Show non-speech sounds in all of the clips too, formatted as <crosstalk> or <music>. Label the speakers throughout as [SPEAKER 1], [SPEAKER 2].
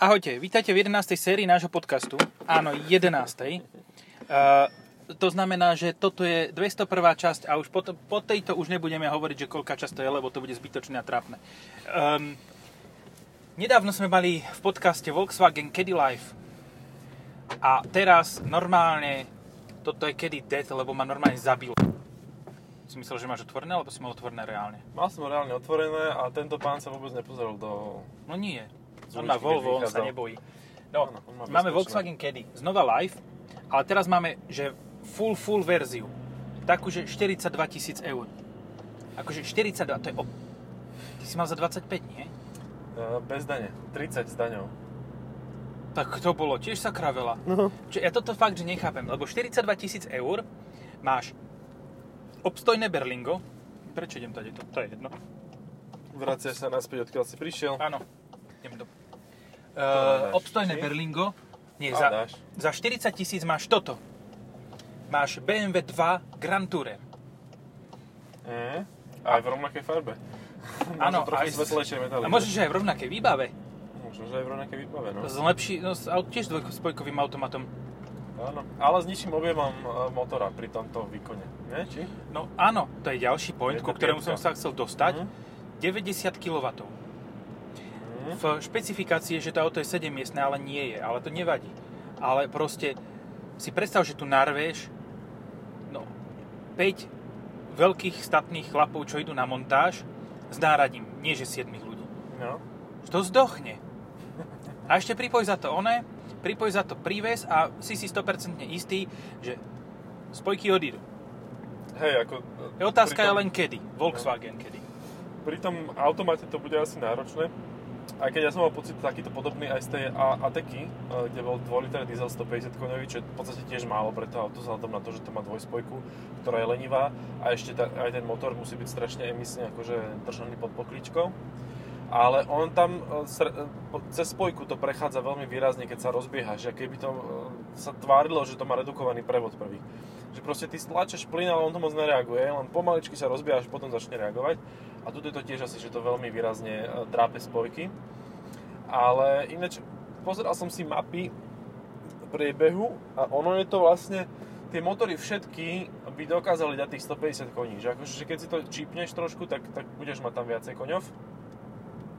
[SPEAKER 1] Ahojte, vítajte v 11. sérii nášho podcastu. Áno, 11. Uh, to znamená, že toto je 201. časť a už po, to, po tejto už nebudeme hovoriť, že koľká časť to je, lebo to bude zbytočné a trápne. Um, nedávno sme mali v podcaste Volkswagen Caddy Life a teraz normálne, toto je Caddy Death, lebo ma normálne zabil. Si myslel, že máš otvorené, alebo si mal otvorené reálne?
[SPEAKER 2] Mal som ho reálne otvorené a tento pán sa vôbec nepozeral do...
[SPEAKER 1] No nie.
[SPEAKER 2] Z
[SPEAKER 1] On má
[SPEAKER 2] uličky, keď
[SPEAKER 1] Volvo, on sa
[SPEAKER 2] vychádzal.
[SPEAKER 1] nebojí. No,
[SPEAKER 2] Áno, on má
[SPEAKER 1] máme
[SPEAKER 2] bezpečné.
[SPEAKER 1] Volkswagen Caddy, znova live, ale teraz máme, že full, full verziu. Takú, že 42 tisíc eur. Akože 42, to je o... Ty si mal za 25, nie?
[SPEAKER 2] e, Bez dane. 30 s daňou.
[SPEAKER 1] Tak to bolo, tiež sa kravela.
[SPEAKER 2] No.
[SPEAKER 1] Čiže ja toto fakt, že nechápem, lebo 42 tisíc eur máš obstojné Berlingo, prečo idem tady to, to je jedno.
[SPEAKER 2] Vraciaš sa naspäť, odkiaľ si prišiel.
[SPEAKER 1] Áno, idem do...
[SPEAKER 2] dáš
[SPEAKER 1] Uh, obstojné
[SPEAKER 2] ty?
[SPEAKER 1] Berlingo, nie,
[SPEAKER 2] A
[SPEAKER 1] za,
[SPEAKER 2] dáš.
[SPEAKER 1] za 40 tisíc máš toto. Máš BMW 2 Grand Tourer.
[SPEAKER 2] E, aj v rovnakej farbe.
[SPEAKER 1] Áno,
[SPEAKER 2] trochu
[SPEAKER 1] aj s-
[SPEAKER 2] svetlejšie metaly.
[SPEAKER 1] A môžeš aj v rovnakej výbave.
[SPEAKER 2] Možno, že aj v rovnakej výbave, no.
[SPEAKER 1] S lepší, no, s aut- tiež dvojspojkovým automatom.
[SPEAKER 2] Áno. Ale s nižším objemom e, motora pri tomto výkone. Nie? Či?
[SPEAKER 1] No áno, to je ďalší point,
[SPEAKER 2] Je
[SPEAKER 1] ku
[SPEAKER 2] to
[SPEAKER 1] ktorému som sa
[SPEAKER 2] piatka.
[SPEAKER 1] chcel dostať.
[SPEAKER 2] Mhm.
[SPEAKER 1] 90 kW.
[SPEAKER 2] Mhm.
[SPEAKER 1] V špecifikácii je, že to auto je 7 miestne, ale nie je, ale to nevadí. Ale proste si predstav, že tu narveš no, 5 veľkých statných chlapov, čo idú na montáž s náradím, nie že 7 ľudí.
[SPEAKER 2] No.
[SPEAKER 1] To zdochne. A ešte pripoj za to one, pripoj za to príves a si si 100% istý, že spojky odídu.
[SPEAKER 2] Hej, ako... e,
[SPEAKER 1] Je Otázka
[SPEAKER 2] pri
[SPEAKER 1] je
[SPEAKER 2] tom-
[SPEAKER 1] len kedy. Volkswagen kedy.
[SPEAKER 2] Pri tom automate to bude asi náročné. Aj keď ja som mal pocit takýto podobný aj z tej A- Ateky, e, kde bol 2 liter diesel 150 koňový, čo je v podstate tiež málo pre to auto, vzhľadom na to, že to má dvojspojku, ktorá je lenivá a ešte ta, aj ten motor musí byť strašne emisne akože držaný pod pokličkou. Ale on tam e, sr- e, po- cez spojku to prechádza veľmi výrazne, keď sa rozbieha, že keby to e, sa tvárilo, že to má redukovaný prevod prvý. Že proste ty stlačeš plyn, ale on to moc nereaguje, len pomaličky sa rozbieha, až potom začne reagovať. A tu je to tiež asi, že to veľmi výrazne e, trápe spojky. Ale ináč, pozeral som si mapy priebehu a ono je to vlastne, tie motory všetky by dokázali dať tých 150 koní. Že akože, že keď si to čípneš trošku, tak, tak budeš mať tam viacej koňov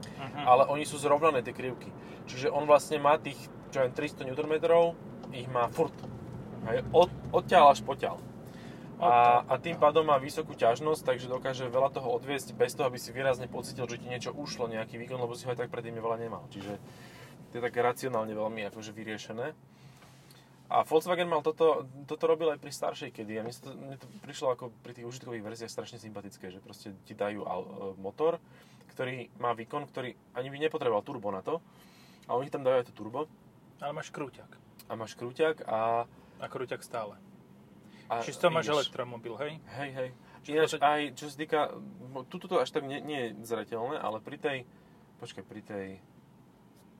[SPEAKER 1] Uh-huh.
[SPEAKER 2] Mhm. ale oni sú zrovnané tie krivky. Čiže on vlastne má tých, čo je 300 Nm, ich má furt. Hej, od, odtiaľ až potiaľ. A, a tým pádom má vysokú ťažnosť, takže dokáže veľa toho odviesť bez toho, aby si výrazne pocítil, že ti niečo ušlo, nejaký výkon, lebo si ho aj tak predtým veľa nemal. Čiže to je také racionálne veľmi akože vyriešené. A Volkswagen mal toto, toto robil aj pri staršej kedy a mne to, mne to prišlo ako pri tých užitkových verziách strašne sympatické, že proste ti dajú au- e, motor, ktorý má výkon, ktorý ani by nepotreboval turbo na to, a oni tam dajú aj to turbo
[SPEAKER 1] Ale máš krúťak.
[SPEAKER 2] a máš krúťak a...
[SPEAKER 1] A krúťak stále.
[SPEAKER 2] a
[SPEAKER 1] Čisto máš
[SPEAKER 2] ideš.
[SPEAKER 1] elektromobil, hej?
[SPEAKER 2] Hej, hej.
[SPEAKER 1] Čiže
[SPEAKER 2] Ináč
[SPEAKER 1] to-
[SPEAKER 2] aj, čo sa týka, mo- tuto to až tak nie, nie je zrateľné, ale pri tej, počkaj, pri tej,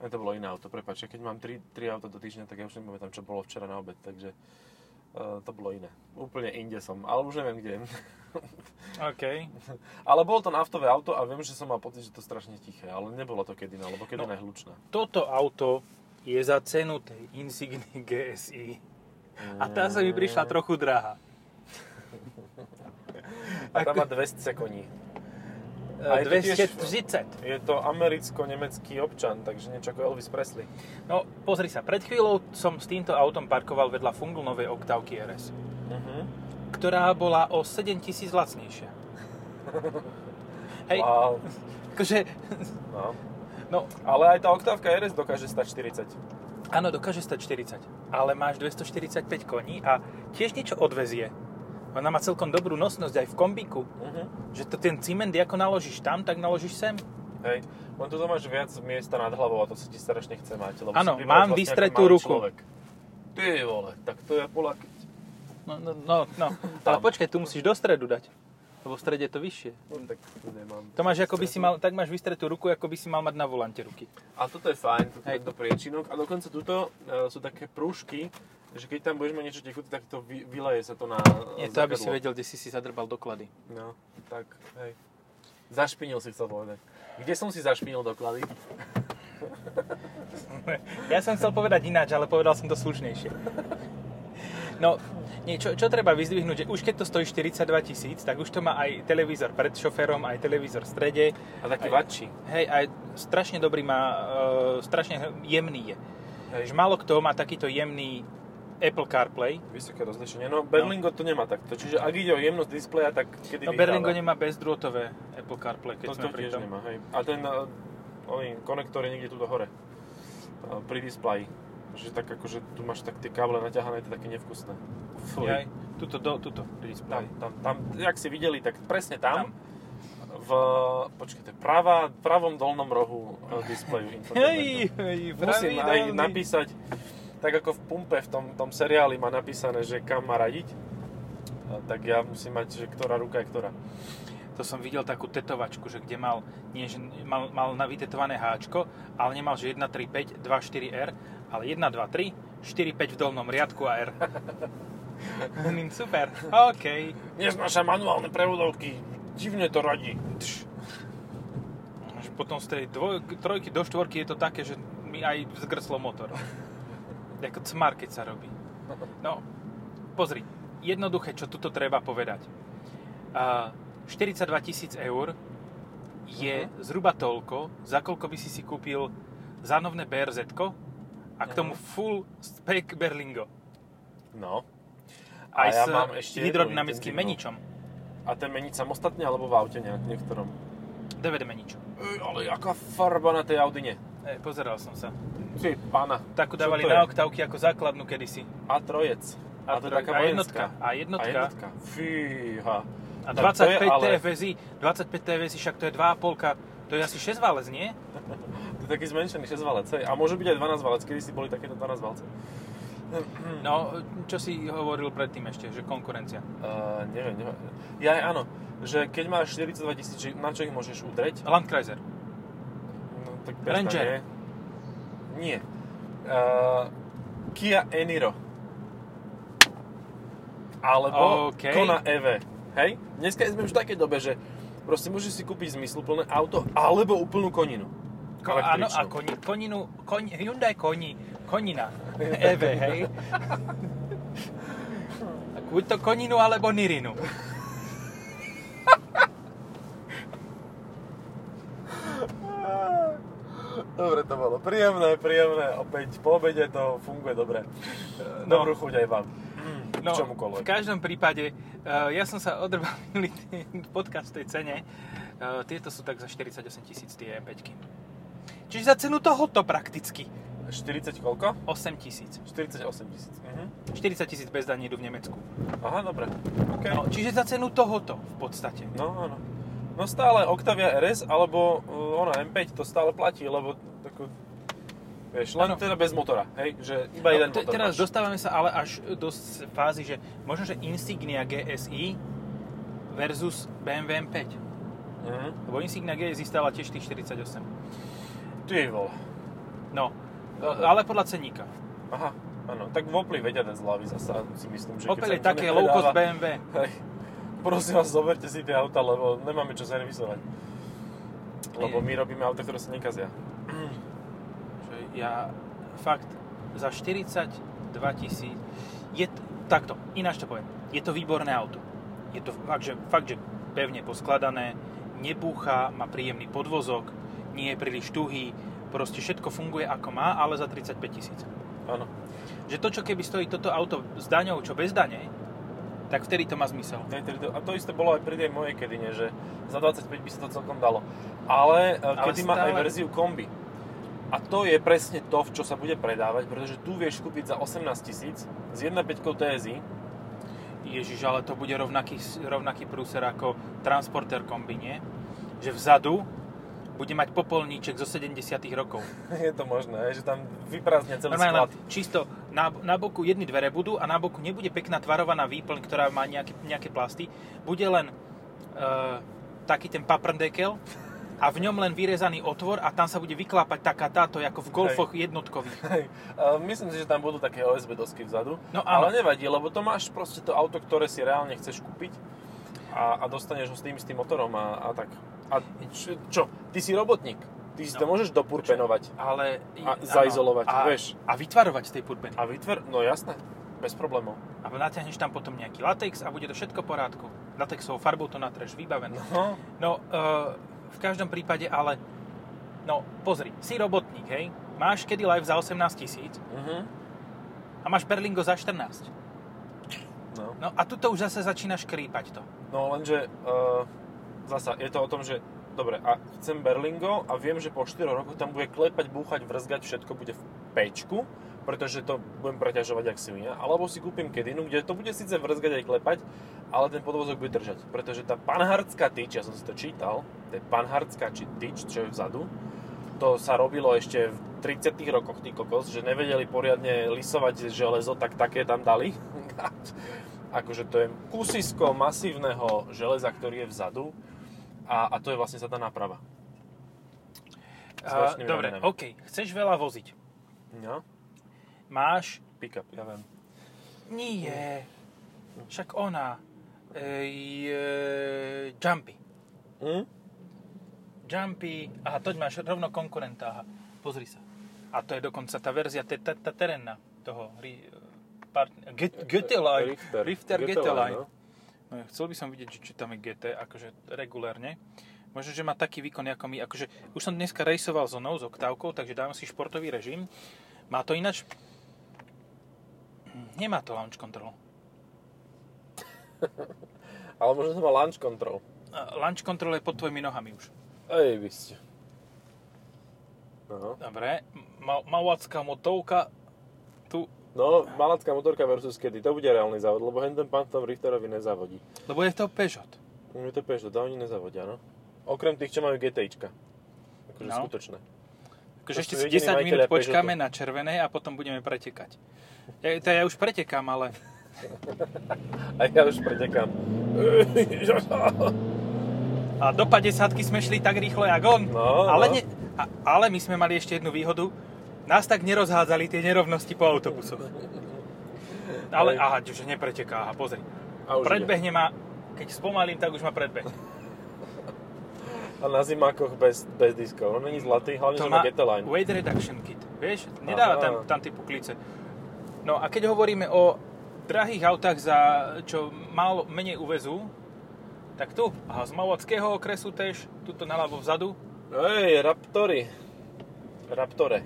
[SPEAKER 2] ne, to bolo iné auto, prepáč, ja keď mám 3, 3 auta do týždňa, tak ja už nepamätám, čo bolo včera na obed, takže eh, to bolo iné. Úplne inde som, ale už neviem kde. <laughs>
[SPEAKER 1] OK.
[SPEAKER 2] ale bolo to naftové auto a viem, že som mal pocit, že to strašne tiché, ale nebolo to kedy, lebo kedy
[SPEAKER 1] No.
[SPEAKER 2] je hlučné.
[SPEAKER 1] Toto auto je za cenu tej Insigny GSI. A tá sa mi prišla trochu drahá.
[SPEAKER 2] A tam má 200 koní.
[SPEAKER 1] E,
[SPEAKER 2] A je to tiež-
[SPEAKER 1] 230.
[SPEAKER 2] Je to americko-nemecký občan, takže niečo ako Elvis Presley.
[SPEAKER 1] No, pozri sa, pred chvíľou som s týmto autom parkoval vedľa Funglnovej Octavky RS,
[SPEAKER 2] Mhm.
[SPEAKER 1] ktorá bola o 7000 <laughs> lacnejšia. Hej,
[SPEAKER 2] Wow.
[SPEAKER 1] akože, <laughs>
[SPEAKER 2] No.
[SPEAKER 1] no,
[SPEAKER 2] Ale aj tá oktávka RS dokáže stať 40.
[SPEAKER 1] áno, dokáže stať 40, ale máš 245 koní a tiež niečo odvezie. Ona má celkom dobrú nosnosť aj v kombiku,
[SPEAKER 2] Mhm.
[SPEAKER 1] že to ten cement, ako naložíš tam, tak naložíš sem.
[SPEAKER 2] Hej. Len tu máš viac miesta nad hlavou a to sa ti strašne chce mať. Lebo
[SPEAKER 1] Áno,
[SPEAKER 2] si
[SPEAKER 1] mám
[SPEAKER 2] primáš
[SPEAKER 1] vystretú
[SPEAKER 2] ako malý
[SPEAKER 1] ruku.
[SPEAKER 2] Človek. Ty vole, tak to je Polak.
[SPEAKER 1] No, no, no, no. ale počkaj, tu musíš do stredu dať, lebo v strede je to vyššie.
[SPEAKER 2] No, tak to nemám.
[SPEAKER 1] To máš, ako by si mal, tak máš vystretú ruku, ako by si mal mať na volante ruky.
[SPEAKER 2] A toto je fajn, toto
[SPEAKER 1] Hej.
[SPEAKER 2] je do priečinok. A dokonca tuto e, sú také prúžky, že keď tam budeš mať niečo tekúce, tak to vy, vyleje sa to na
[SPEAKER 1] Je
[SPEAKER 2] e,
[SPEAKER 1] to, aby si
[SPEAKER 2] zrkadlo.
[SPEAKER 1] vedel, kde si si zadrbal doklady.
[SPEAKER 2] No, tak, hej. Zašpinil si chcel povedať. Kde som si zašpinil doklady?
[SPEAKER 1] Ja som chcel povedať ináč, ale povedal som to slušnejšie. No, nie, čo, čo treba vyzdvihnúť, že už keď to stojí 42 tisíc, tak už to má aj televízor pred šoférom, aj televízor v strede.
[SPEAKER 2] A taký
[SPEAKER 1] aj,
[SPEAKER 2] vačí.
[SPEAKER 1] Hej, aj strašne dobrý má, e, strašne jemný je.
[SPEAKER 2] Hej.
[SPEAKER 1] Že málo kto má takýto jemný Apple CarPlay.
[SPEAKER 2] Vysoké rozlišenie. No, Berlingo to nemá takto. Čiže ak ide o jemnosť displeja, tak kedy
[SPEAKER 1] No
[SPEAKER 2] vyhráva?
[SPEAKER 1] Berlingo nemá bezdrôtové Apple CarPlay, keď
[SPEAKER 2] To
[SPEAKER 1] sme
[SPEAKER 2] to
[SPEAKER 1] pri
[SPEAKER 2] tiež
[SPEAKER 1] tom.
[SPEAKER 2] nemá, hej. A ten, eh, oný konektor je niekde tu do hore. Eh, Pri displeji. Že tak akože tu máš tak tie káble naťahané, to je také nevkusné. Fuj.
[SPEAKER 1] Jaj, tuto, do, tuto, pri
[SPEAKER 2] Tam,
[SPEAKER 1] displeji.
[SPEAKER 2] tam, tam, jak si videli, tak presne
[SPEAKER 1] No. Tam.
[SPEAKER 2] tam. V, počkajte, pravá, pravom dolnom rohu eh, displeju infotainmentu.
[SPEAKER 1] Hej, hej,
[SPEAKER 2] Musím aj
[SPEAKER 1] pravidelný.
[SPEAKER 2] napísať, tak ako v Pumpe, v tom, tom seriáli má napísané, že kam má radiť, eh, tak ja musím mať, že ktorá ruka je ktorá.
[SPEAKER 1] To som videl takú tetovačku, že kde mal, nie, že mal, mal na vytetované háčko, ale nemal, že 1, 3, 5, 2, 4, R, er, ale 1, 2, 3, 4, 5 v dolnom riadku <laughs> a R. Hovorím, Super, OK.
[SPEAKER 2] Dnes naša manuálne prevodovky, divne to radí. Tš.
[SPEAKER 1] Až Potom z tej dvoj, trojky do štvorky je to také, že mi aj zgrslo motor. Ako cmar, keď sa robí. No, pozri, jednoduché, čo tuto treba povedať. A 42 tisíc eur je
[SPEAKER 2] Mhm.
[SPEAKER 1] zhruba toľko, za koľko by si si kúpil zanovné brz a k
[SPEAKER 2] Mhm.
[SPEAKER 1] tomu full spec Berlingo.
[SPEAKER 2] No.
[SPEAKER 1] Aj
[SPEAKER 2] ja
[SPEAKER 1] s
[SPEAKER 2] mám ešte jednu
[SPEAKER 1] hydrodynamickým meničom.
[SPEAKER 2] intenzívnu. A ten meniť samostatne alebo v aute nejak niektorom?
[SPEAKER 1] DVD meničom.
[SPEAKER 2] Ej, ale aká farba na tej Audine?
[SPEAKER 1] E, pozeral som sa.
[SPEAKER 2] Ty pána.
[SPEAKER 1] Takú
[SPEAKER 2] Čo
[SPEAKER 1] dávali
[SPEAKER 2] to
[SPEAKER 1] na
[SPEAKER 2] je?
[SPEAKER 1] oktávky ako základnú kedysi.
[SPEAKER 2] A trojec. A, to je
[SPEAKER 1] troj-
[SPEAKER 2] taká
[SPEAKER 1] a
[SPEAKER 2] vojenská.
[SPEAKER 1] jednotka. A jednotka.
[SPEAKER 2] A jednotka. Fíha.
[SPEAKER 1] A
[SPEAKER 2] Tak to je
[SPEAKER 1] 25 ale...
[SPEAKER 2] ale-
[SPEAKER 1] TFSI, 25 TFSI, však to je 2,5, to je asi 6 válec, nie?
[SPEAKER 2] To je taký zmenšený 6 valec, hej. A môže byť aj 12 valec, kedy si boli takéto 12 valce. Hmm.
[SPEAKER 1] No, čo si hovoril predtým ešte, že konkurencia.
[SPEAKER 2] Uh, neviem, neviem. Ja aj áno, že keď máš 42 tisíc, že na čo ich môžeš udreť?
[SPEAKER 1] Landkreiser.
[SPEAKER 2] No, tak
[SPEAKER 1] Ranger.
[SPEAKER 2] Nie. nie. Uh, Kia Eniro. Alebo
[SPEAKER 1] OK.
[SPEAKER 2] Kona EV. Hej? Dneska sme už v takej dobe, že proste môžeš si kúpiť zmysluplné auto alebo úplnú koninu.
[SPEAKER 1] Ko, áno, a
[SPEAKER 2] Električnú.
[SPEAKER 1] koni, koninu, kon, Hyundai koni, konina, EV, hej. Tak buď to koninu, alebo nirinu.
[SPEAKER 2] <laughs> Dobre, to bolo príjemné, príjemné. Opäť po obede to funguje dobre.
[SPEAKER 1] No.
[SPEAKER 2] No. Dobrú chuť aj vám. No,
[SPEAKER 1] No,
[SPEAKER 2] K
[SPEAKER 1] v
[SPEAKER 2] čomukoľvek.
[SPEAKER 1] každom prípade, uh, ja som sa odrbal minulý týždeň <laughs> podcast v tej cene. Uh, tieto sú tak za 48 tisíc, tie M5. Čiže za cenu tohoto prakticky
[SPEAKER 2] 40 koľko?
[SPEAKER 1] 8 tisíc.
[SPEAKER 2] 48 tisíc. Mhm.
[SPEAKER 1] 40 tisíc bez daní idú v Nemecku.
[SPEAKER 2] Aha, dobre. OK.
[SPEAKER 1] No, čiže za cenu tohoto v podstate.
[SPEAKER 2] No, áno. No stále Octavia RS alebo uh, ona M5 to stále platí, lebo tako, vieš, len
[SPEAKER 1] Áno.
[SPEAKER 2] teda bez motora, hej? Že iba
[SPEAKER 1] No,
[SPEAKER 2] jeden
[SPEAKER 1] te,
[SPEAKER 2] motor
[SPEAKER 1] teraz
[SPEAKER 2] máš.
[SPEAKER 1] dostávame sa ale až do s- fázy, že možno, že Insignia GSI versus BMW M5.
[SPEAKER 2] Mhm.
[SPEAKER 1] Lebo Insignia GSI stála tiež tých 48.
[SPEAKER 2] Ty vole.
[SPEAKER 1] No,
[SPEAKER 2] Dobre.
[SPEAKER 1] ale podľa ceníka.
[SPEAKER 2] Aha, áno. Tak Vopli vedia dať zľavy zasa, si myslím, že... keď sa
[SPEAKER 1] Opel je
[SPEAKER 2] im to
[SPEAKER 1] také low cost
[SPEAKER 2] nepredáva-
[SPEAKER 1] BMW.
[SPEAKER 2] Hej. Prosím vás, zoberte si tie auta, lebo nemáme čo servisovať. Lebo
[SPEAKER 1] Nie.
[SPEAKER 2] my robíme auta, ktoré sa nekazia.
[SPEAKER 1] Že ja fakt za 42 tisíc je t- takto, ináč to poviem, je to výborné auto. Je to fakt, že, fakt, že pevne poskladané, nebúcha, má príjemný podvozok, nie je príliš tuhý, proste všetko funguje ako má, ale za 35 tisíc.
[SPEAKER 2] Áno.
[SPEAKER 1] Že to, čo keby stojí toto auto s daňou, čo bez dane, tak vtedy to má zmysel.
[SPEAKER 2] Tej- tej- A to isté bolo aj pri tej mojej kedine, že za 25 by sa to celkom dalo. Ale,
[SPEAKER 1] Ale
[SPEAKER 2] Ale kedy má aj
[SPEAKER 1] stále-
[SPEAKER 2] verziu kombi. A to je presne to, v čo sa bude predávať, pretože tu vieš kúpiť za 18 tisíc s 1.5 TSI.
[SPEAKER 1] Ježiš, ale to bude rovnaký, rovnaký prúser ako transporter kombine, že vzadu bude mať popolníček zo 70 rokov.
[SPEAKER 2] <laughs> Je to možné, že tam vyprázdne celý
[SPEAKER 1] Normálne no. len
[SPEAKER 2] sklad.
[SPEAKER 1] čisto na, na boku jedny dvere budú a na boku nebude pekná tvarovaná výplň, ktorá má nejaké, nejaké plasty. Bude len e, taký ten paprndekel a v ňom len vyrezaný otvor a tam sa bude vyklápať taká táto, ako v golfoch jednotkových.
[SPEAKER 2] Hej. A Myslím si, že tam budú také OSB dosky vzadu.
[SPEAKER 1] No áno.
[SPEAKER 2] ale nevadí, lebo to máš proste to auto, ktoré si reálne chceš kúpiť a, a dostaneš ho s tým istým motorom a, a tak. A čo, čo? Ty si robotník. Ty si
[SPEAKER 1] No.
[SPEAKER 2] to môžeš dopurpenovať
[SPEAKER 1] Ale...
[SPEAKER 2] a zaizolovať,
[SPEAKER 1] áno. a,
[SPEAKER 2] vieš.
[SPEAKER 1] A vytvarovať z tej purpeny.
[SPEAKER 2] A vytver, no jasné, bez problémov.
[SPEAKER 1] A natiahneš tam potom nejaký latex a bude to všetko v porádku. Latexovou farbou to natreš, vybavené.
[SPEAKER 2] No,
[SPEAKER 1] No, e, v každom prípade ale... No, pozri, si robotník, hej? Máš kedy live za 18 tisíc
[SPEAKER 2] uh-huh.
[SPEAKER 1] a máš Berlingo za 14.
[SPEAKER 2] no.
[SPEAKER 1] No a tuto už zase začína škrípať to.
[SPEAKER 2] no lenže uh, zasa je to o tom, že dobre, a chcem Berlingo a viem, že po 4 rokoch tam bude klepať, búchať, vrzgať, všetko bude v pečku, pretože to budem preťažovať jak svinia, alebo si kúpim kedinu, kde to bude síce vrzgať aj klepať, ale ten podvozok bude držať, pretože tá panhardská tyč, ja som si to čítal, to je panhardská či tyč, čo je vzadu, to sa robilo ešte v 30 rokoch, ty kokos, že nevedeli poriadne lisovať železo, tak také tam dali. <laughs> akože to je kusisko masívneho železa, ktorý je vzadu a, a to je vlastne zadná náprava. S
[SPEAKER 1] A,
[SPEAKER 2] ročnými
[SPEAKER 1] dobre,
[SPEAKER 2] ramenami.
[SPEAKER 1] OK, chceš veľa voziť.
[SPEAKER 2] No,
[SPEAKER 1] Máš...
[SPEAKER 2] pick-up, ja viem.
[SPEAKER 1] Nie, však ona... Ej, e, jumpy.
[SPEAKER 2] Hm?
[SPEAKER 1] Jumpy, aha, toď máš rovno konkurenta, aha, pozri sa. A to je dokonca tá verzia, tá, tá, tá terénna toho ri, e, part, get, GT-Line.
[SPEAKER 2] Rifter.
[SPEAKER 1] Rifter
[SPEAKER 2] GT Line,
[SPEAKER 1] GT-Line.
[SPEAKER 2] no.
[SPEAKER 1] No, ja chcel by som vidieť, že či tam je GT, akože regulérne. Možno, že má taký výkon ako my. Akože, už som dneska rejsoval zónou s oktávkou, takže dám si športový režim. Má to ináč... Hm, Nemá to launch control.
[SPEAKER 2] Ale možno to má launch control.
[SPEAKER 1] Uh, Launch control je pod tvojimi nohami už.
[SPEAKER 2] Ej, vy ste. No,
[SPEAKER 1] Dobre, ma- malacká motovka tu
[SPEAKER 2] no malacká motorka versus kedy, to bude reálny závod, lebo hen ten pán v tom Richterovi nezávodí.
[SPEAKER 1] Lebo je to Peugeot.
[SPEAKER 2] Je to Peugeot, a oni nezavodia, no. Okrem tých, čo majú GTIčka. Akože
[SPEAKER 1] No.
[SPEAKER 2] skutočné.
[SPEAKER 1] Takže
[SPEAKER 2] To
[SPEAKER 1] Akože ešte
[SPEAKER 2] sú
[SPEAKER 1] si
[SPEAKER 2] jediní
[SPEAKER 1] 10
[SPEAKER 2] majiteľia
[SPEAKER 1] minút
[SPEAKER 2] Peugeotu.
[SPEAKER 1] počkáme na červené a potom budeme pretekať. Ja, to ja už pretekám, ale
[SPEAKER 2] A ja už pretekám. <laughs>
[SPEAKER 1] a do 50 sme šli tak rýchlo, jak on.
[SPEAKER 2] No,
[SPEAKER 1] ale,
[SPEAKER 2] no.
[SPEAKER 1] ne, a, ale my sme mali ešte jednu výhodu. Nás tak nerozhádzali tie nerovnosti po autobusoch. Ale
[SPEAKER 2] Hej.
[SPEAKER 1] aha, že nepreteká, aha, pozri.
[SPEAKER 2] A už ide.
[SPEAKER 1] Predbehne ma, keď spomalím, tak už ma predbehne.
[SPEAKER 2] A na zimákoch bez, bez diskov. On není zlatý, hlavne, že má GT-Line.
[SPEAKER 1] weight reduction kit, vieš, nedáva
[SPEAKER 2] Aha.
[SPEAKER 1] tam, tam typu klice. No a keď hovoríme o drahých autách, za čo málo, menej uvezú, tak tu, aha, z Malockého okresu tež, tuto naľavo vzadu,
[SPEAKER 2] Ej, Raptory. Raptore.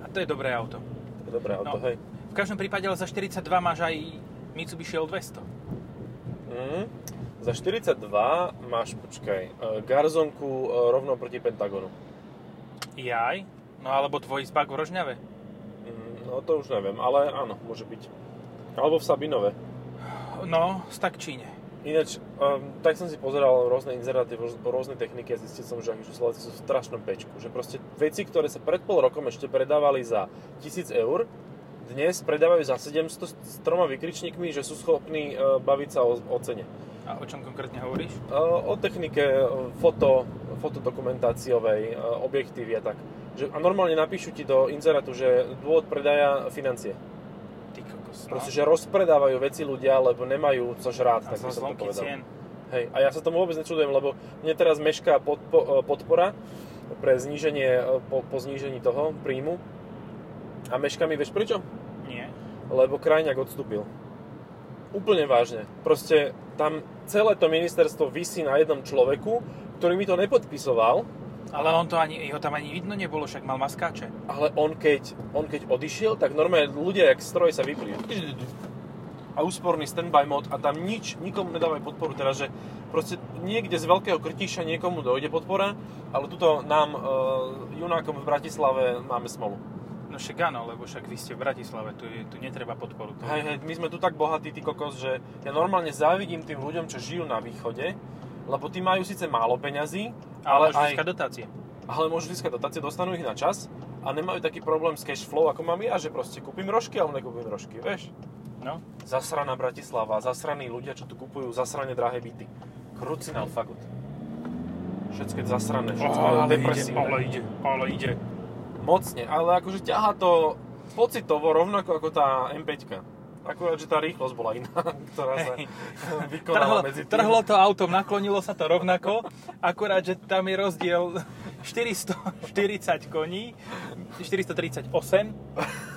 [SPEAKER 1] a to je dobré auto.
[SPEAKER 2] To je Dobré auto,
[SPEAKER 1] No.
[SPEAKER 2] hej.
[SPEAKER 1] V každom prípade, ale za 42 máš aj Mitsubishi L200.
[SPEAKER 2] Mm. Za 42 máš, počkaj, e, garzonku e, rovno proti Pentagonu.
[SPEAKER 1] Jaj, no alebo tvoj zbak v Rožňave.
[SPEAKER 2] Mm, no to už neviem, ale áno, môže byť. Alebo v Sabinove.
[SPEAKER 1] No, z Takčíne.
[SPEAKER 2] Ináč, um, tak som si pozeral rôzne inzeráty, roz- rôzne techniky a zistil som, že akože Slováci sú v strašnom pečku. Že proste veci, ktoré sa pred pol rokom ešte predávali za 1000 eur, dnes predávajú za 700 s s troma vykričníkmi, že sú schopní uh, baviť sa o, o cene.
[SPEAKER 1] A o čom konkrétne hovoríš?
[SPEAKER 2] Uh, o technike uh, foto, fotodokumentáciovej, uh, objektívy a tak. Že, a normálne napíšu ti do inzerátu, že dôvod predaja financie.
[SPEAKER 1] Ty kokos, no.
[SPEAKER 2] Proste, že rozpredávajú veci ľudia, lebo nemajú čo žrát,
[SPEAKER 1] a
[SPEAKER 2] tak
[SPEAKER 1] za
[SPEAKER 2] by som to
[SPEAKER 1] zlomky
[SPEAKER 2] povedal.
[SPEAKER 1] cien.
[SPEAKER 2] Hej, a ja sa tomu vôbec nečudujem, lebo mne teraz mešká podpo, e, podpora pre zníženie, e, po, po znížení toho príjmu. A mešká mi, vieš prečo?
[SPEAKER 1] Nie.
[SPEAKER 2] Lebo Krajňák odstúpil. Úplne vážne. Proste tam celé to ministerstvo vysí na jednom človeku, ktorý mi to nepodpisoval,
[SPEAKER 1] Ale on to ani, jeho tam ani vidno nebolo, však mal maskáče.
[SPEAKER 2] ale on keď, on keď odišiel, tak normálne ľudia, jak stroj sa vypli. A úsporný standby mod a tam nič, nikomu nedávajú podporu. Teraz, že proste niekde z veľkého krtiša niekomu dojde podpora, ale tuto nám, e, junákom v Bratislave, máme smolu.
[SPEAKER 1] No však áno, lebo však vy ste v Bratislave, tu, je, tu netreba podporu. Tu
[SPEAKER 2] Hej, hej, my sme tu tak bohatí, ty kokos, že ja normálne závidím tým ľuďom, čo žijú na východe, lebo tí majú síce málo peňazí,
[SPEAKER 1] ale
[SPEAKER 2] ale,
[SPEAKER 1] môžeš
[SPEAKER 2] aj,
[SPEAKER 1] získať dotácie.
[SPEAKER 2] ale môžu získať dotácie, dostanú ich na čas a nemajú taký problém s cash flow, ako mám ja, že proste kúpim rožky alebo nekúpim rožky, vieš?
[SPEAKER 1] No,
[SPEAKER 2] Zasraná Bratislava, zasraní ľudia, čo tu kupujú, zasrane drahé byty. Krucinál fagot. Všetko je zasrané, všetko je depresívne.
[SPEAKER 1] ide, ale ide.
[SPEAKER 2] Mocne, ale akože ťaha to pocitovo rovnako ako tá M5. Akurát, že tá rýchlosť bola iná, <laughs> ktorá sa
[SPEAKER 1] Hej.
[SPEAKER 2] vykonala
[SPEAKER 1] Trhlo,
[SPEAKER 2] medzi tým.
[SPEAKER 1] trhlo to autom, naklonilo sa to rovnako, akurát, že tam je rozdiel 440 koní, 438,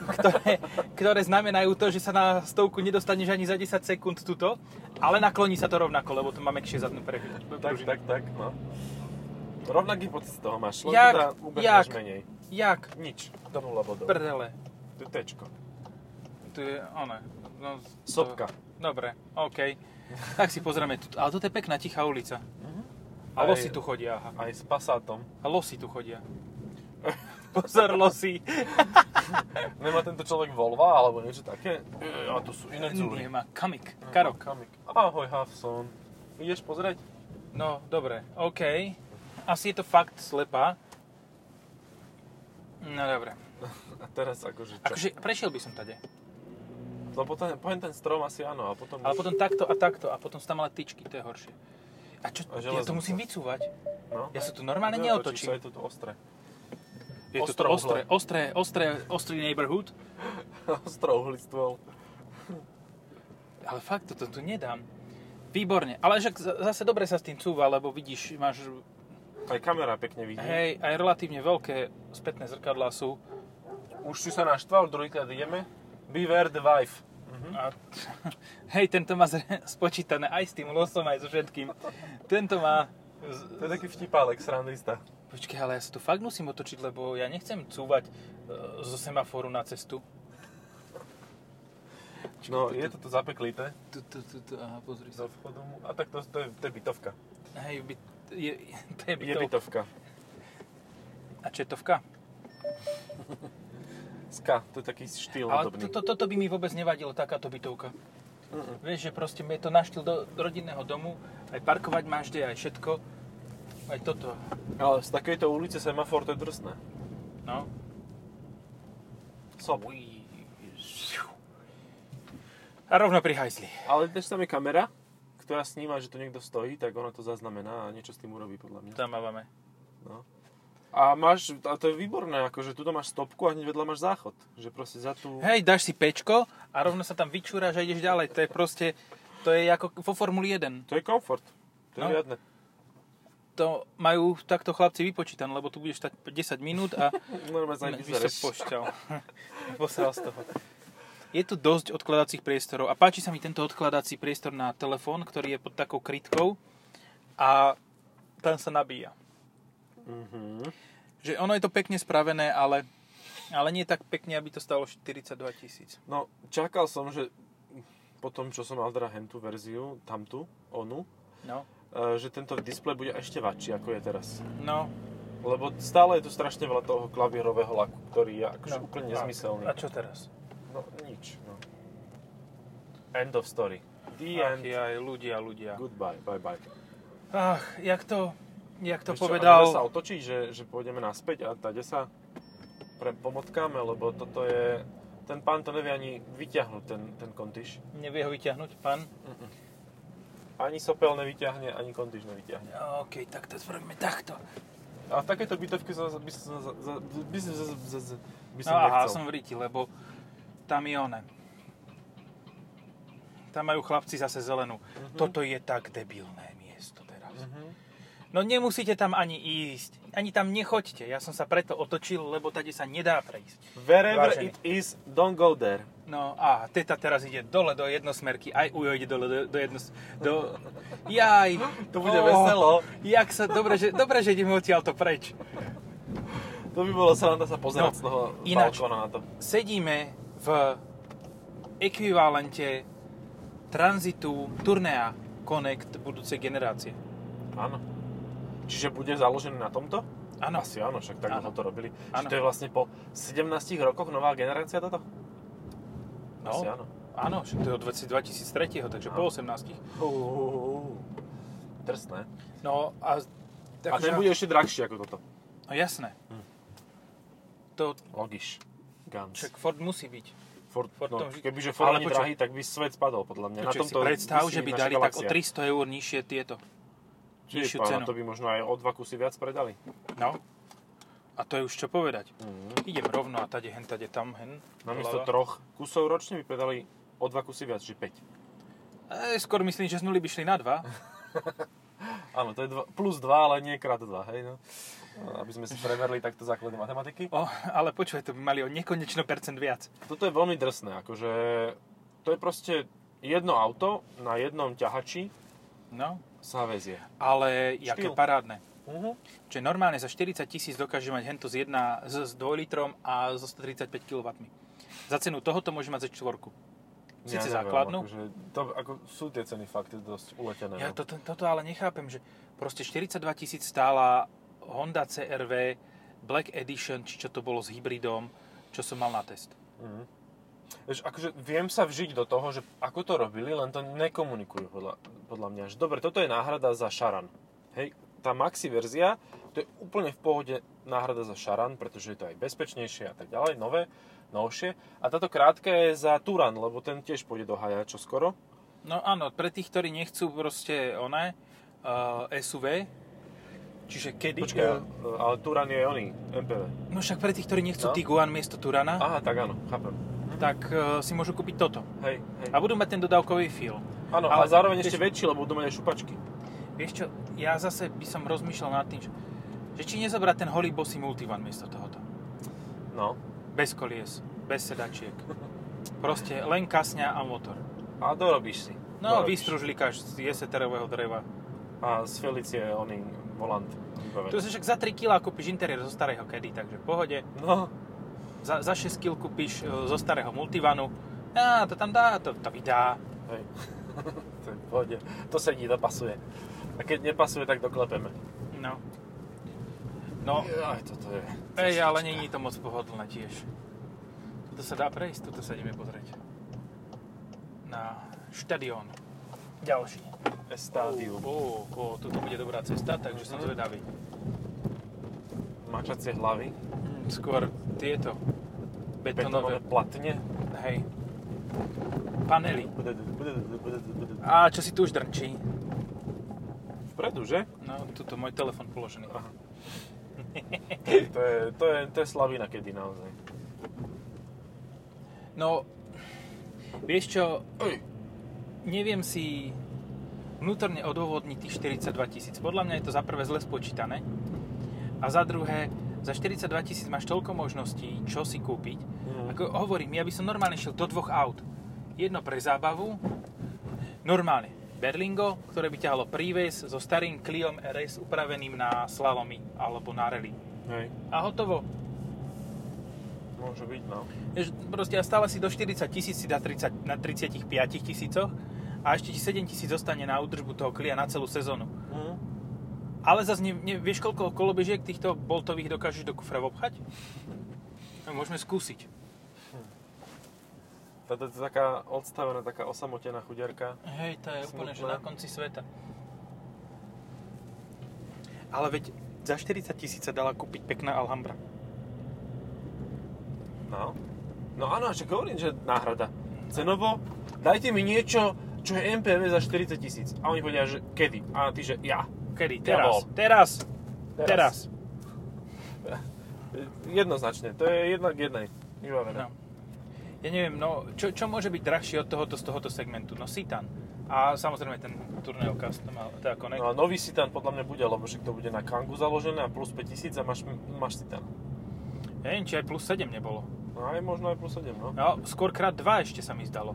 [SPEAKER 1] ktoré, ktoré znamenajú to, že sa na stovku nedostaneš ani za 10 sekúnd tuto, ale nakloní sa to rovnako, lebo to má mekšie zadnú pre,
[SPEAKER 2] Tak,
[SPEAKER 1] pružinu.
[SPEAKER 2] tak, tak, no. Rovnaký pocit z toho máš, len
[SPEAKER 1] Jak?
[SPEAKER 2] teda ubehneš
[SPEAKER 1] Jak?
[SPEAKER 2] menej.
[SPEAKER 1] Jak?
[SPEAKER 2] Nič, do nula bodov.
[SPEAKER 1] Prdele.
[SPEAKER 2] To je tečko.
[SPEAKER 1] Tu je, one. No, to-
[SPEAKER 2] Sopka.
[SPEAKER 1] Dobre, OK. Tak si pozrieme. tu- Ale toto je pekná, tichá ulica. A
[SPEAKER 2] Mhm. Aj-
[SPEAKER 1] losy tu chodia, aha.
[SPEAKER 2] Aj s Passatom.
[SPEAKER 1] A losy tu chodia. <laughs> Pozor, losy.
[SPEAKER 2] Nemá tento človek Volvo alebo niečo také? E, a to sú iné
[SPEAKER 1] Nie
[SPEAKER 2] dzúry.
[SPEAKER 1] má kamik, karok.
[SPEAKER 2] Kamik. Ahoj, Hafson. Ideš pozrieť?
[SPEAKER 1] No, dobre, OK. Asi je to fakt slepá. No dobre.
[SPEAKER 2] A teraz akože čo?
[SPEAKER 1] Akože prešiel by som tade.
[SPEAKER 2] Lebo ten, poviem ten strom asi áno, a potom...
[SPEAKER 1] Ale potom takto a takto a potom sú tam ale tyčky, to je horšie. A čo, ja to
[SPEAKER 2] A železnica.
[SPEAKER 1] musím vycúvať.
[SPEAKER 2] No.
[SPEAKER 1] Ja sa tu normálne neotočím.
[SPEAKER 2] Neotočíš sa, Je to tu ostré. <laughs>
[SPEAKER 1] Je to
[SPEAKER 2] Ostrouhle.
[SPEAKER 1] ostré, ostré, ostré, ostrý neighborhood.
[SPEAKER 2] Ostrouhlý stôl.
[SPEAKER 1] Ale fakt, toto tu nedám. Výborne. Ale však za- zase dobre sa s tým cúva, lebo vidíš, máš,
[SPEAKER 2] Aj kamera pekne vidí.
[SPEAKER 1] hej, aj relatívne veľké spätné zrkadlá sú.
[SPEAKER 2] Už si sa naštval, druhýkrát ideme. Beware the wife.
[SPEAKER 1] A, <laughs> hej, tento má zre- <laughs> spočítané aj s tým losom, aj so všetkým. Tento má... z-
[SPEAKER 2] To je taký vtipálek, srandista.
[SPEAKER 1] Počkaj, ale ja sa tu fakt musím otočiť, lebo ja nechcem cúvať e, zo semaforu na cestu.
[SPEAKER 2] No, je to tu zapeklité
[SPEAKER 1] Tu, tu, tu, tu, aha, pozri sa.
[SPEAKER 2] do vchodu. mu. A tak to, to, je, to je bytovka.
[SPEAKER 1] Hej, by, je, <laughs> to je
[SPEAKER 2] Je
[SPEAKER 1] bytov.
[SPEAKER 2] bytovka.
[SPEAKER 1] A četovka.
[SPEAKER 2] Ska, to je taký štýl
[SPEAKER 1] Ale
[SPEAKER 2] hudobný.
[SPEAKER 1] to, to, toto by mi vôbec nevadilo, takáto bytovka. Vieš, že proste mi je to naštil do rodinného domu, aj parkovať máš kde, aj všetko, aj toto,
[SPEAKER 2] Ale z takejto ulice semafor to je drsné.
[SPEAKER 1] no.
[SPEAKER 2] Sop.
[SPEAKER 1] Uí, žiu. A rovno pri hajzli.
[SPEAKER 2] Ale tiež tam je kamera, ktorá sníma, že tu niekto stojí, tak ona to zaznamená a niečo s tým urobí podľa mňa.
[SPEAKER 1] Tam máme.
[SPEAKER 2] A máš, a to je výborné, akože tu máš stopku a hneď vedľa máš záchod. Že proste za tú...
[SPEAKER 1] Hej, dáš si pečko a rovno sa tam vyčúraš a ideš ďalej. To je proste, to je ako vo Formuli 1.
[SPEAKER 2] To je komfort. To je
[SPEAKER 1] No.
[SPEAKER 2] riadne.
[SPEAKER 1] To majú takto chlapci vypočítané, lebo tu budeš stať 10 minút <laughs> a
[SPEAKER 2] Normálne sa
[SPEAKER 1] Ne, by
[SPEAKER 2] aj
[SPEAKER 1] sa
[SPEAKER 2] vyzereš.
[SPEAKER 1] pošťal. <laughs> Posral z toho. Je tu dosť odkladacích priestorov a páči sa mi tento odkladací priestor na telefón, ktorý je pod takou krytkou a tam sa nabíja.
[SPEAKER 2] Mhm.
[SPEAKER 1] Že ono je to pekne spravené, ale, ale nie tak pekne, aby to stalo 42 tisíc.
[SPEAKER 2] No, čakal som, že po tom, čo som mal teda hentu verziu, tamtu, onu,
[SPEAKER 1] No.
[SPEAKER 2] e, že tento displej bude ešte väčší, ako je teraz.
[SPEAKER 1] No.
[SPEAKER 2] Lebo stále je tu strašne veľa toho klavírového laku, ktorý je akože
[SPEAKER 1] No,
[SPEAKER 2] úplne
[SPEAKER 1] tak.
[SPEAKER 2] nezmyselný.
[SPEAKER 1] A čo teraz?
[SPEAKER 2] No, nič. No. End of story. The
[SPEAKER 1] Ach,
[SPEAKER 2] end.
[SPEAKER 1] aj ľudia, ľudia.
[SPEAKER 2] Goodbye, bye bye.
[SPEAKER 1] Ach, jak to, jak to
[SPEAKER 2] Vieš čo,
[SPEAKER 1] povedal...
[SPEAKER 2] a teraz sa otočí, že, že pôjdeme naspäť a tade sa pre, pomotkáme, lebo toto je... Ten pán to nevie ani vyťahnuť, ten, ten kontiš.
[SPEAKER 1] Nevie ho vyťahnuť pán?
[SPEAKER 2] Ani sopel nevyťahne, ani kontiš nevyťahne.
[SPEAKER 1] OK, tak to spravíme takto.
[SPEAKER 2] A v takejto bytovke sa, by, som za- za- by, som za- za- za- by som
[SPEAKER 1] No aha,
[SPEAKER 2] nechcel.
[SPEAKER 1] som v Riti, lebo tam je one. Tam majú chlapci zase zelenú. Toto je tak debilné miesto teraz.
[SPEAKER 2] Mhm.
[SPEAKER 1] No nemusíte tam ani ísť. Ani tam nechoďte. Ja som sa preto otočil, lebo tady sa nedá prejsť.
[SPEAKER 2] Wherever
[SPEAKER 1] Vážený.
[SPEAKER 2] it is, don't go there.
[SPEAKER 1] No a teta teraz ide dole do jednosmerky. Aj Ujo ide dole do, do jednos... Do... Jaj!
[SPEAKER 2] To bude
[SPEAKER 1] Oh.
[SPEAKER 2] veselo.
[SPEAKER 1] Jak sa... Dobre, že, dobre, že ideme odtiaľto preč.
[SPEAKER 2] To by bolo sranda sa pozerať
[SPEAKER 1] No,
[SPEAKER 2] z toho
[SPEAKER 1] ináč.
[SPEAKER 2] balkóna na to.
[SPEAKER 1] sedíme v ekvivalente tranzitu Turnea Connect budúcej generácie.
[SPEAKER 2] Áno. Čiže bude založený na tomto?
[SPEAKER 1] Áno,
[SPEAKER 2] Asi áno, však tak
[SPEAKER 1] Áno.
[SPEAKER 2] dlho to robili.
[SPEAKER 1] Áno.
[SPEAKER 2] Čiže to je vlastne po 17 rokoch nová generácia toto?
[SPEAKER 1] No.
[SPEAKER 2] Asi áno.
[SPEAKER 1] áno, však to je od 2003, takže po
[SPEAKER 2] Áno.
[SPEAKER 1] 18.
[SPEAKER 2] Drsné.
[SPEAKER 1] No a...
[SPEAKER 2] A ten bude Hm. ešte drahší ako toto.
[SPEAKER 1] No jasné. To
[SPEAKER 2] Logiš. Guns.
[SPEAKER 1] však Ford musí byť.
[SPEAKER 2] Ford,
[SPEAKER 1] Ford to
[SPEAKER 2] no,
[SPEAKER 1] vždy-
[SPEAKER 2] kebyže Ford
[SPEAKER 1] Ale
[SPEAKER 2] není
[SPEAKER 1] počkaj.
[SPEAKER 2] drahý, tak by svet spadol podľa mňa.
[SPEAKER 1] Počuj, si predstav, že by dali tak o 300 eur nižšie tieto. nižšiu cenu.
[SPEAKER 2] To by možno aj o dva kusy viac predali.
[SPEAKER 1] No. A to je už čo povedať.
[SPEAKER 2] Mhm.
[SPEAKER 1] Idem rovno a tade hen, tade tam hen.
[SPEAKER 2] Namiesto
[SPEAKER 1] Hlava.
[SPEAKER 2] troch kusov ročne by predali o dva kusy viac, či 5.
[SPEAKER 1] E, skôr myslím, že z nuly by šli na dva.
[SPEAKER 2] Áno, to je dva, plus 2, ale nie krát 2, hej no. aby sme si preverili takto základy matematiky.
[SPEAKER 1] O, ale počuj, to by mali o nekonečno percent viac.
[SPEAKER 2] Toto je veľmi drsné, akože to je proste jedno auto na jednom ťahači
[SPEAKER 1] No,
[SPEAKER 2] sa vezie.
[SPEAKER 1] ale jaké
[SPEAKER 2] Štýl.
[SPEAKER 1] parádne.
[SPEAKER 2] Uh-huh.
[SPEAKER 1] Čiže normálne za 40 tisíc dokáže mať hento z 1 s, s 2 litrom a so 135 kW. Za cenu tohoto môže mať za čtvorku. Sice základnú.
[SPEAKER 2] Akože, to, ako, sú tie ceny fakt dosť uletené.
[SPEAKER 1] Ja
[SPEAKER 2] no.
[SPEAKER 1] to, to, toto ale nechápem, že proste 42 tisíc stála Honda CRV Black Edition, či čo to bolo s hybridom, čo som mal na test.
[SPEAKER 2] Mhm. Vieš, akože viem sa vžiť do toho, že ako to robili, len to nekomunikujú podľa, podľa mňa. Že dobre, toto je náhrada za Charan. Hej, tá maxi verzia, to je úplne v pohode náhrada za Charan, pretože je to aj bezpečnejšie a tak ďalej, nové, novšie. A táto krátka je za Turan, lebo ten tiež pôjde do haja čo skoro.
[SPEAKER 1] No áno, pre tých, ktorí nechcú proste oné, uh, SUV, čiže kedy...
[SPEAKER 2] Počkaj, e,
[SPEAKER 1] eh,
[SPEAKER 2] ale Turan je oný, MPV.
[SPEAKER 1] No však pre tých, ktorí nechcú
[SPEAKER 2] No.
[SPEAKER 1] Tiguan miesto Turana,
[SPEAKER 2] Aha, tak áno, chápem.
[SPEAKER 1] tak uh, si môžu kúpiť toto.
[SPEAKER 2] Hej, hej.
[SPEAKER 1] A budú mať ten dodávkový feel.
[SPEAKER 2] Áno, ale,
[SPEAKER 1] ale-
[SPEAKER 2] zároveň ešte väčší, lebo budú mať aj šupačky.
[SPEAKER 1] Vieš čo, ja zase by som rozmýšľal nad tým, že, že či nezobrať ten holý bosý multivan miesto tohoto.
[SPEAKER 2] No,
[SPEAKER 1] Bez kolies, bez sedačiek. Proste len kasňa a motor.
[SPEAKER 2] a dorobíš si.
[SPEAKER 1] No,
[SPEAKER 2] Dorobíš.
[SPEAKER 1] vystružlíkaš z jeseterového dreva.
[SPEAKER 2] A z Felicie je oný volant. vybavený.
[SPEAKER 1] Tu si však za 3 kg kúpiš interiér zo starého kedy, takže v pohode.
[SPEAKER 2] No,
[SPEAKER 1] Za, za 6 kg kúpiš e, zo starého multivanu. Á, to tam dá, to, to vydá.
[SPEAKER 2] hej. <laughs> to je v pohode. To sedí, to pasuje. A keď nepasuje, tak doklepeme.
[SPEAKER 1] No. No,
[SPEAKER 2] Aj, toto je.
[SPEAKER 1] ej, ale není to moc pohodlné tiež. Toto sa dá prejsť, toto sa ideme pozrieť. Na štadión. Ďalší.
[SPEAKER 2] Estádium.
[SPEAKER 1] Ó, ó, ó, toto bude dobrá cesta, takže som
[SPEAKER 2] Mhm.
[SPEAKER 1] zvedavý.
[SPEAKER 2] Mačacie hlavy.
[SPEAKER 1] Mm, Skôr tieto betonové,
[SPEAKER 2] Betonové platne.
[SPEAKER 1] hej, panely. A čo si tu už drnčí?
[SPEAKER 2] Vpredu, že?
[SPEAKER 1] No, tuto môj telefon položený.
[SPEAKER 2] Aha. <laughs> To je, to je, to je slavina kedy naozaj.
[SPEAKER 1] No, vieš čo,
[SPEAKER 2] Oj.
[SPEAKER 1] neviem si vnútorne odôvodniť tých 42 tisíc. Podľa mňa je to za prvé zle spočítané a za druhé, za 42 tisíc máš toľko možností, čo si kúpiť.
[SPEAKER 2] Mhm.
[SPEAKER 1] Ako hovorím, ja by som normálne šiel do dvoch aut. Jedno pre zábavu, normálne Berlingo, ktoré by ťahalo príves so starým Cliom RS upraveným na slalomy alebo na rally.
[SPEAKER 2] Hej,
[SPEAKER 1] A hotovo.
[SPEAKER 2] môže byť, no.
[SPEAKER 1] Vieš, proste a stále si do 40 tisíc si dá 30, na 35 tisícoch a ešte ti 7 tisíc zostane na údržbu toho klia na celú sezónu. Ale zase ne, ne, vieš, koľko kolobežiek týchto boltových dokážeš do kufra obchať? No, Môžeme skúsiť.
[SPEAKER 2] Táto je taká odstavená, taká osamotená chuderka.
[SPEAKER 1] Hej, to je úplne, že na
[SPEAKER 2] Smutné.
[SPEAKER 1] konci sveta. Ale veď za 40 tisíc sa dala kúpiť pekná Alhambra.
[SPEAKER 2] No. No áno, však hovorím, že náhrada. Cenovo, dajte mi niečo, čo je MPV za 40 tisíc. A oni povedia, že kedy? A ty, že ja.
[SPEAKER 1] Kedy?
[SPEAKER 2] Ja
[SPEAKER 1] Teraz.
[SPEAKER 2] bol.
[SPEAKER 1] Teraz. Teraz.
[SPEAKER 2] Jednoznačne, to je jedna k jednej.
[SPEAKER 1] No.
[SPEAKER 2] Vybavené.
[SPEAKER 1] Ja neviem, no, čo, čo môže byť drahšie od tohoto, z tohoto segmentu? No, Citan. A samozrejme ten Tourneo Custom, ale teda Connect.
[SPEAKER 2] No a nový Citan podľa mňa bude, lebo však to bude na Kangu založené a plus 5000 a máš, máš Citan.
[SPEAKER 1] Ja neviem, či aj plus 7 nebolo.
[SPEAKER 2] No aj možno aj plus 7, no.
[SPEAKER 1] No, skôr krát 2 ešte sa mi
[SPEAKER 2] <laughs>
[SPEAKER 1] zdalo.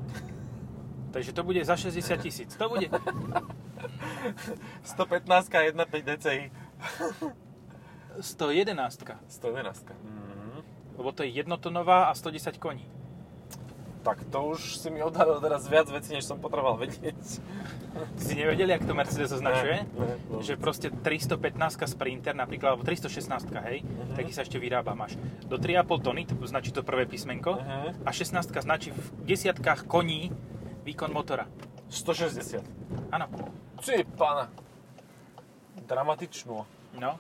[SPEAKER 1] Takže to bude za 60 tisíc. To bude...
[SPEAKER 2] 115 1.5 DCI.
[SPEAKER 1] 111,
[SPEAKER 2] 111 mm
[SPEAKER 1] lebo to je jednotonová a 110 koní.
[SPEAKER 2] Tak to už si mi odhalil teraz viac vecí, než som potreboval vedieť.
[SPEAKER 1] Ty si nevedeli, ak to Mercedes označuje?
[SPEAKER 2] Ne, ne,
[SPEAKER 1] Že proste 315 Sprinter napríklad, alebo 316, hej,
[SPEAKER 2] Mhm.
[SPEAKER 1] taký sa ešte vyrába, máš do 3,5 tony, to značí to prvé písmenko,
[SPEAKER 2] Mhm.
[SPEAKER 1] a 16 značí v desiatkách koní výkon motora.
[SPEAKER 2] 160.
[SPEAKER 1] Áno,
[SPEAKER 2] Ty pána. Dramatično.
[SPEAKER 1] no.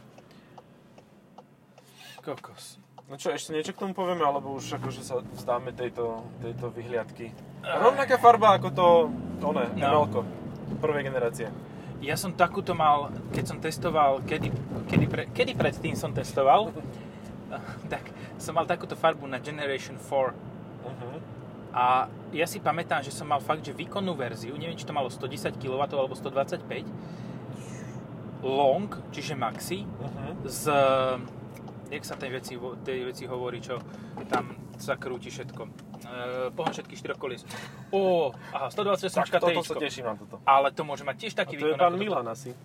[SPEAKER 1] Kokos.
[SPEAKER 2] No čo, ešte niečo k tomu povieme, alebo už akože sa vzdáme tejto, tejto vyhliadky. Rovnaká farba ako to, one,
[SPEAKER 1] No.
[SPEAKER 2] no. ML-ko. Prvej generácie.
[SPEAKER 1] Ja som takúto mal, keď som testoval, kedy, kedy, pre, kedy predtým som testoval, tak som mal takúto farbu na Generation 4.
[SPEAKER 2] Uh-huh.
[SPEAKER 1] A ja si pamätám, že som mal fakt, že výkonnú verziu, neviem, či to malo 110 kW alebo 125, long, čiže maxi,
[SPEAKER 2] Uh-huh.
[SPEAKER 1] z... Jak sa tej veci, vo- tej veci hovorí, čo tam sa krúti všetko. E, pohon všetkých štyroch kolies. Ó, aha, 128
[SPEAKER 2] Tak toto
[SPEAKER 1] TIčko.
[SPEAKER 2] sa teším na toto.
[SPEAKER 1] Ale to môže mať tiež
[SPEAKER 2] A
[SPEAKER 1] taký
[SPEAKER 2] to je
[SPEAKER 1] ako
[SPEAKER 2] pán
[SPEAKER 1] toto.
[SPEAKER 2] Milan asi.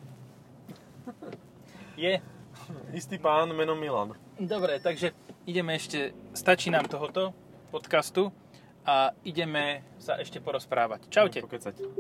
[SPEAKER 1] Je.
[SPEAKER 2] Istý pán menom Milan.
[SPEAKER 1] Dobre, takže ideme ešte, stačí nám tohoto podcastu a ideme sa ešte porozprávať. Čaute.
[SPEAKER 2] Pokecať.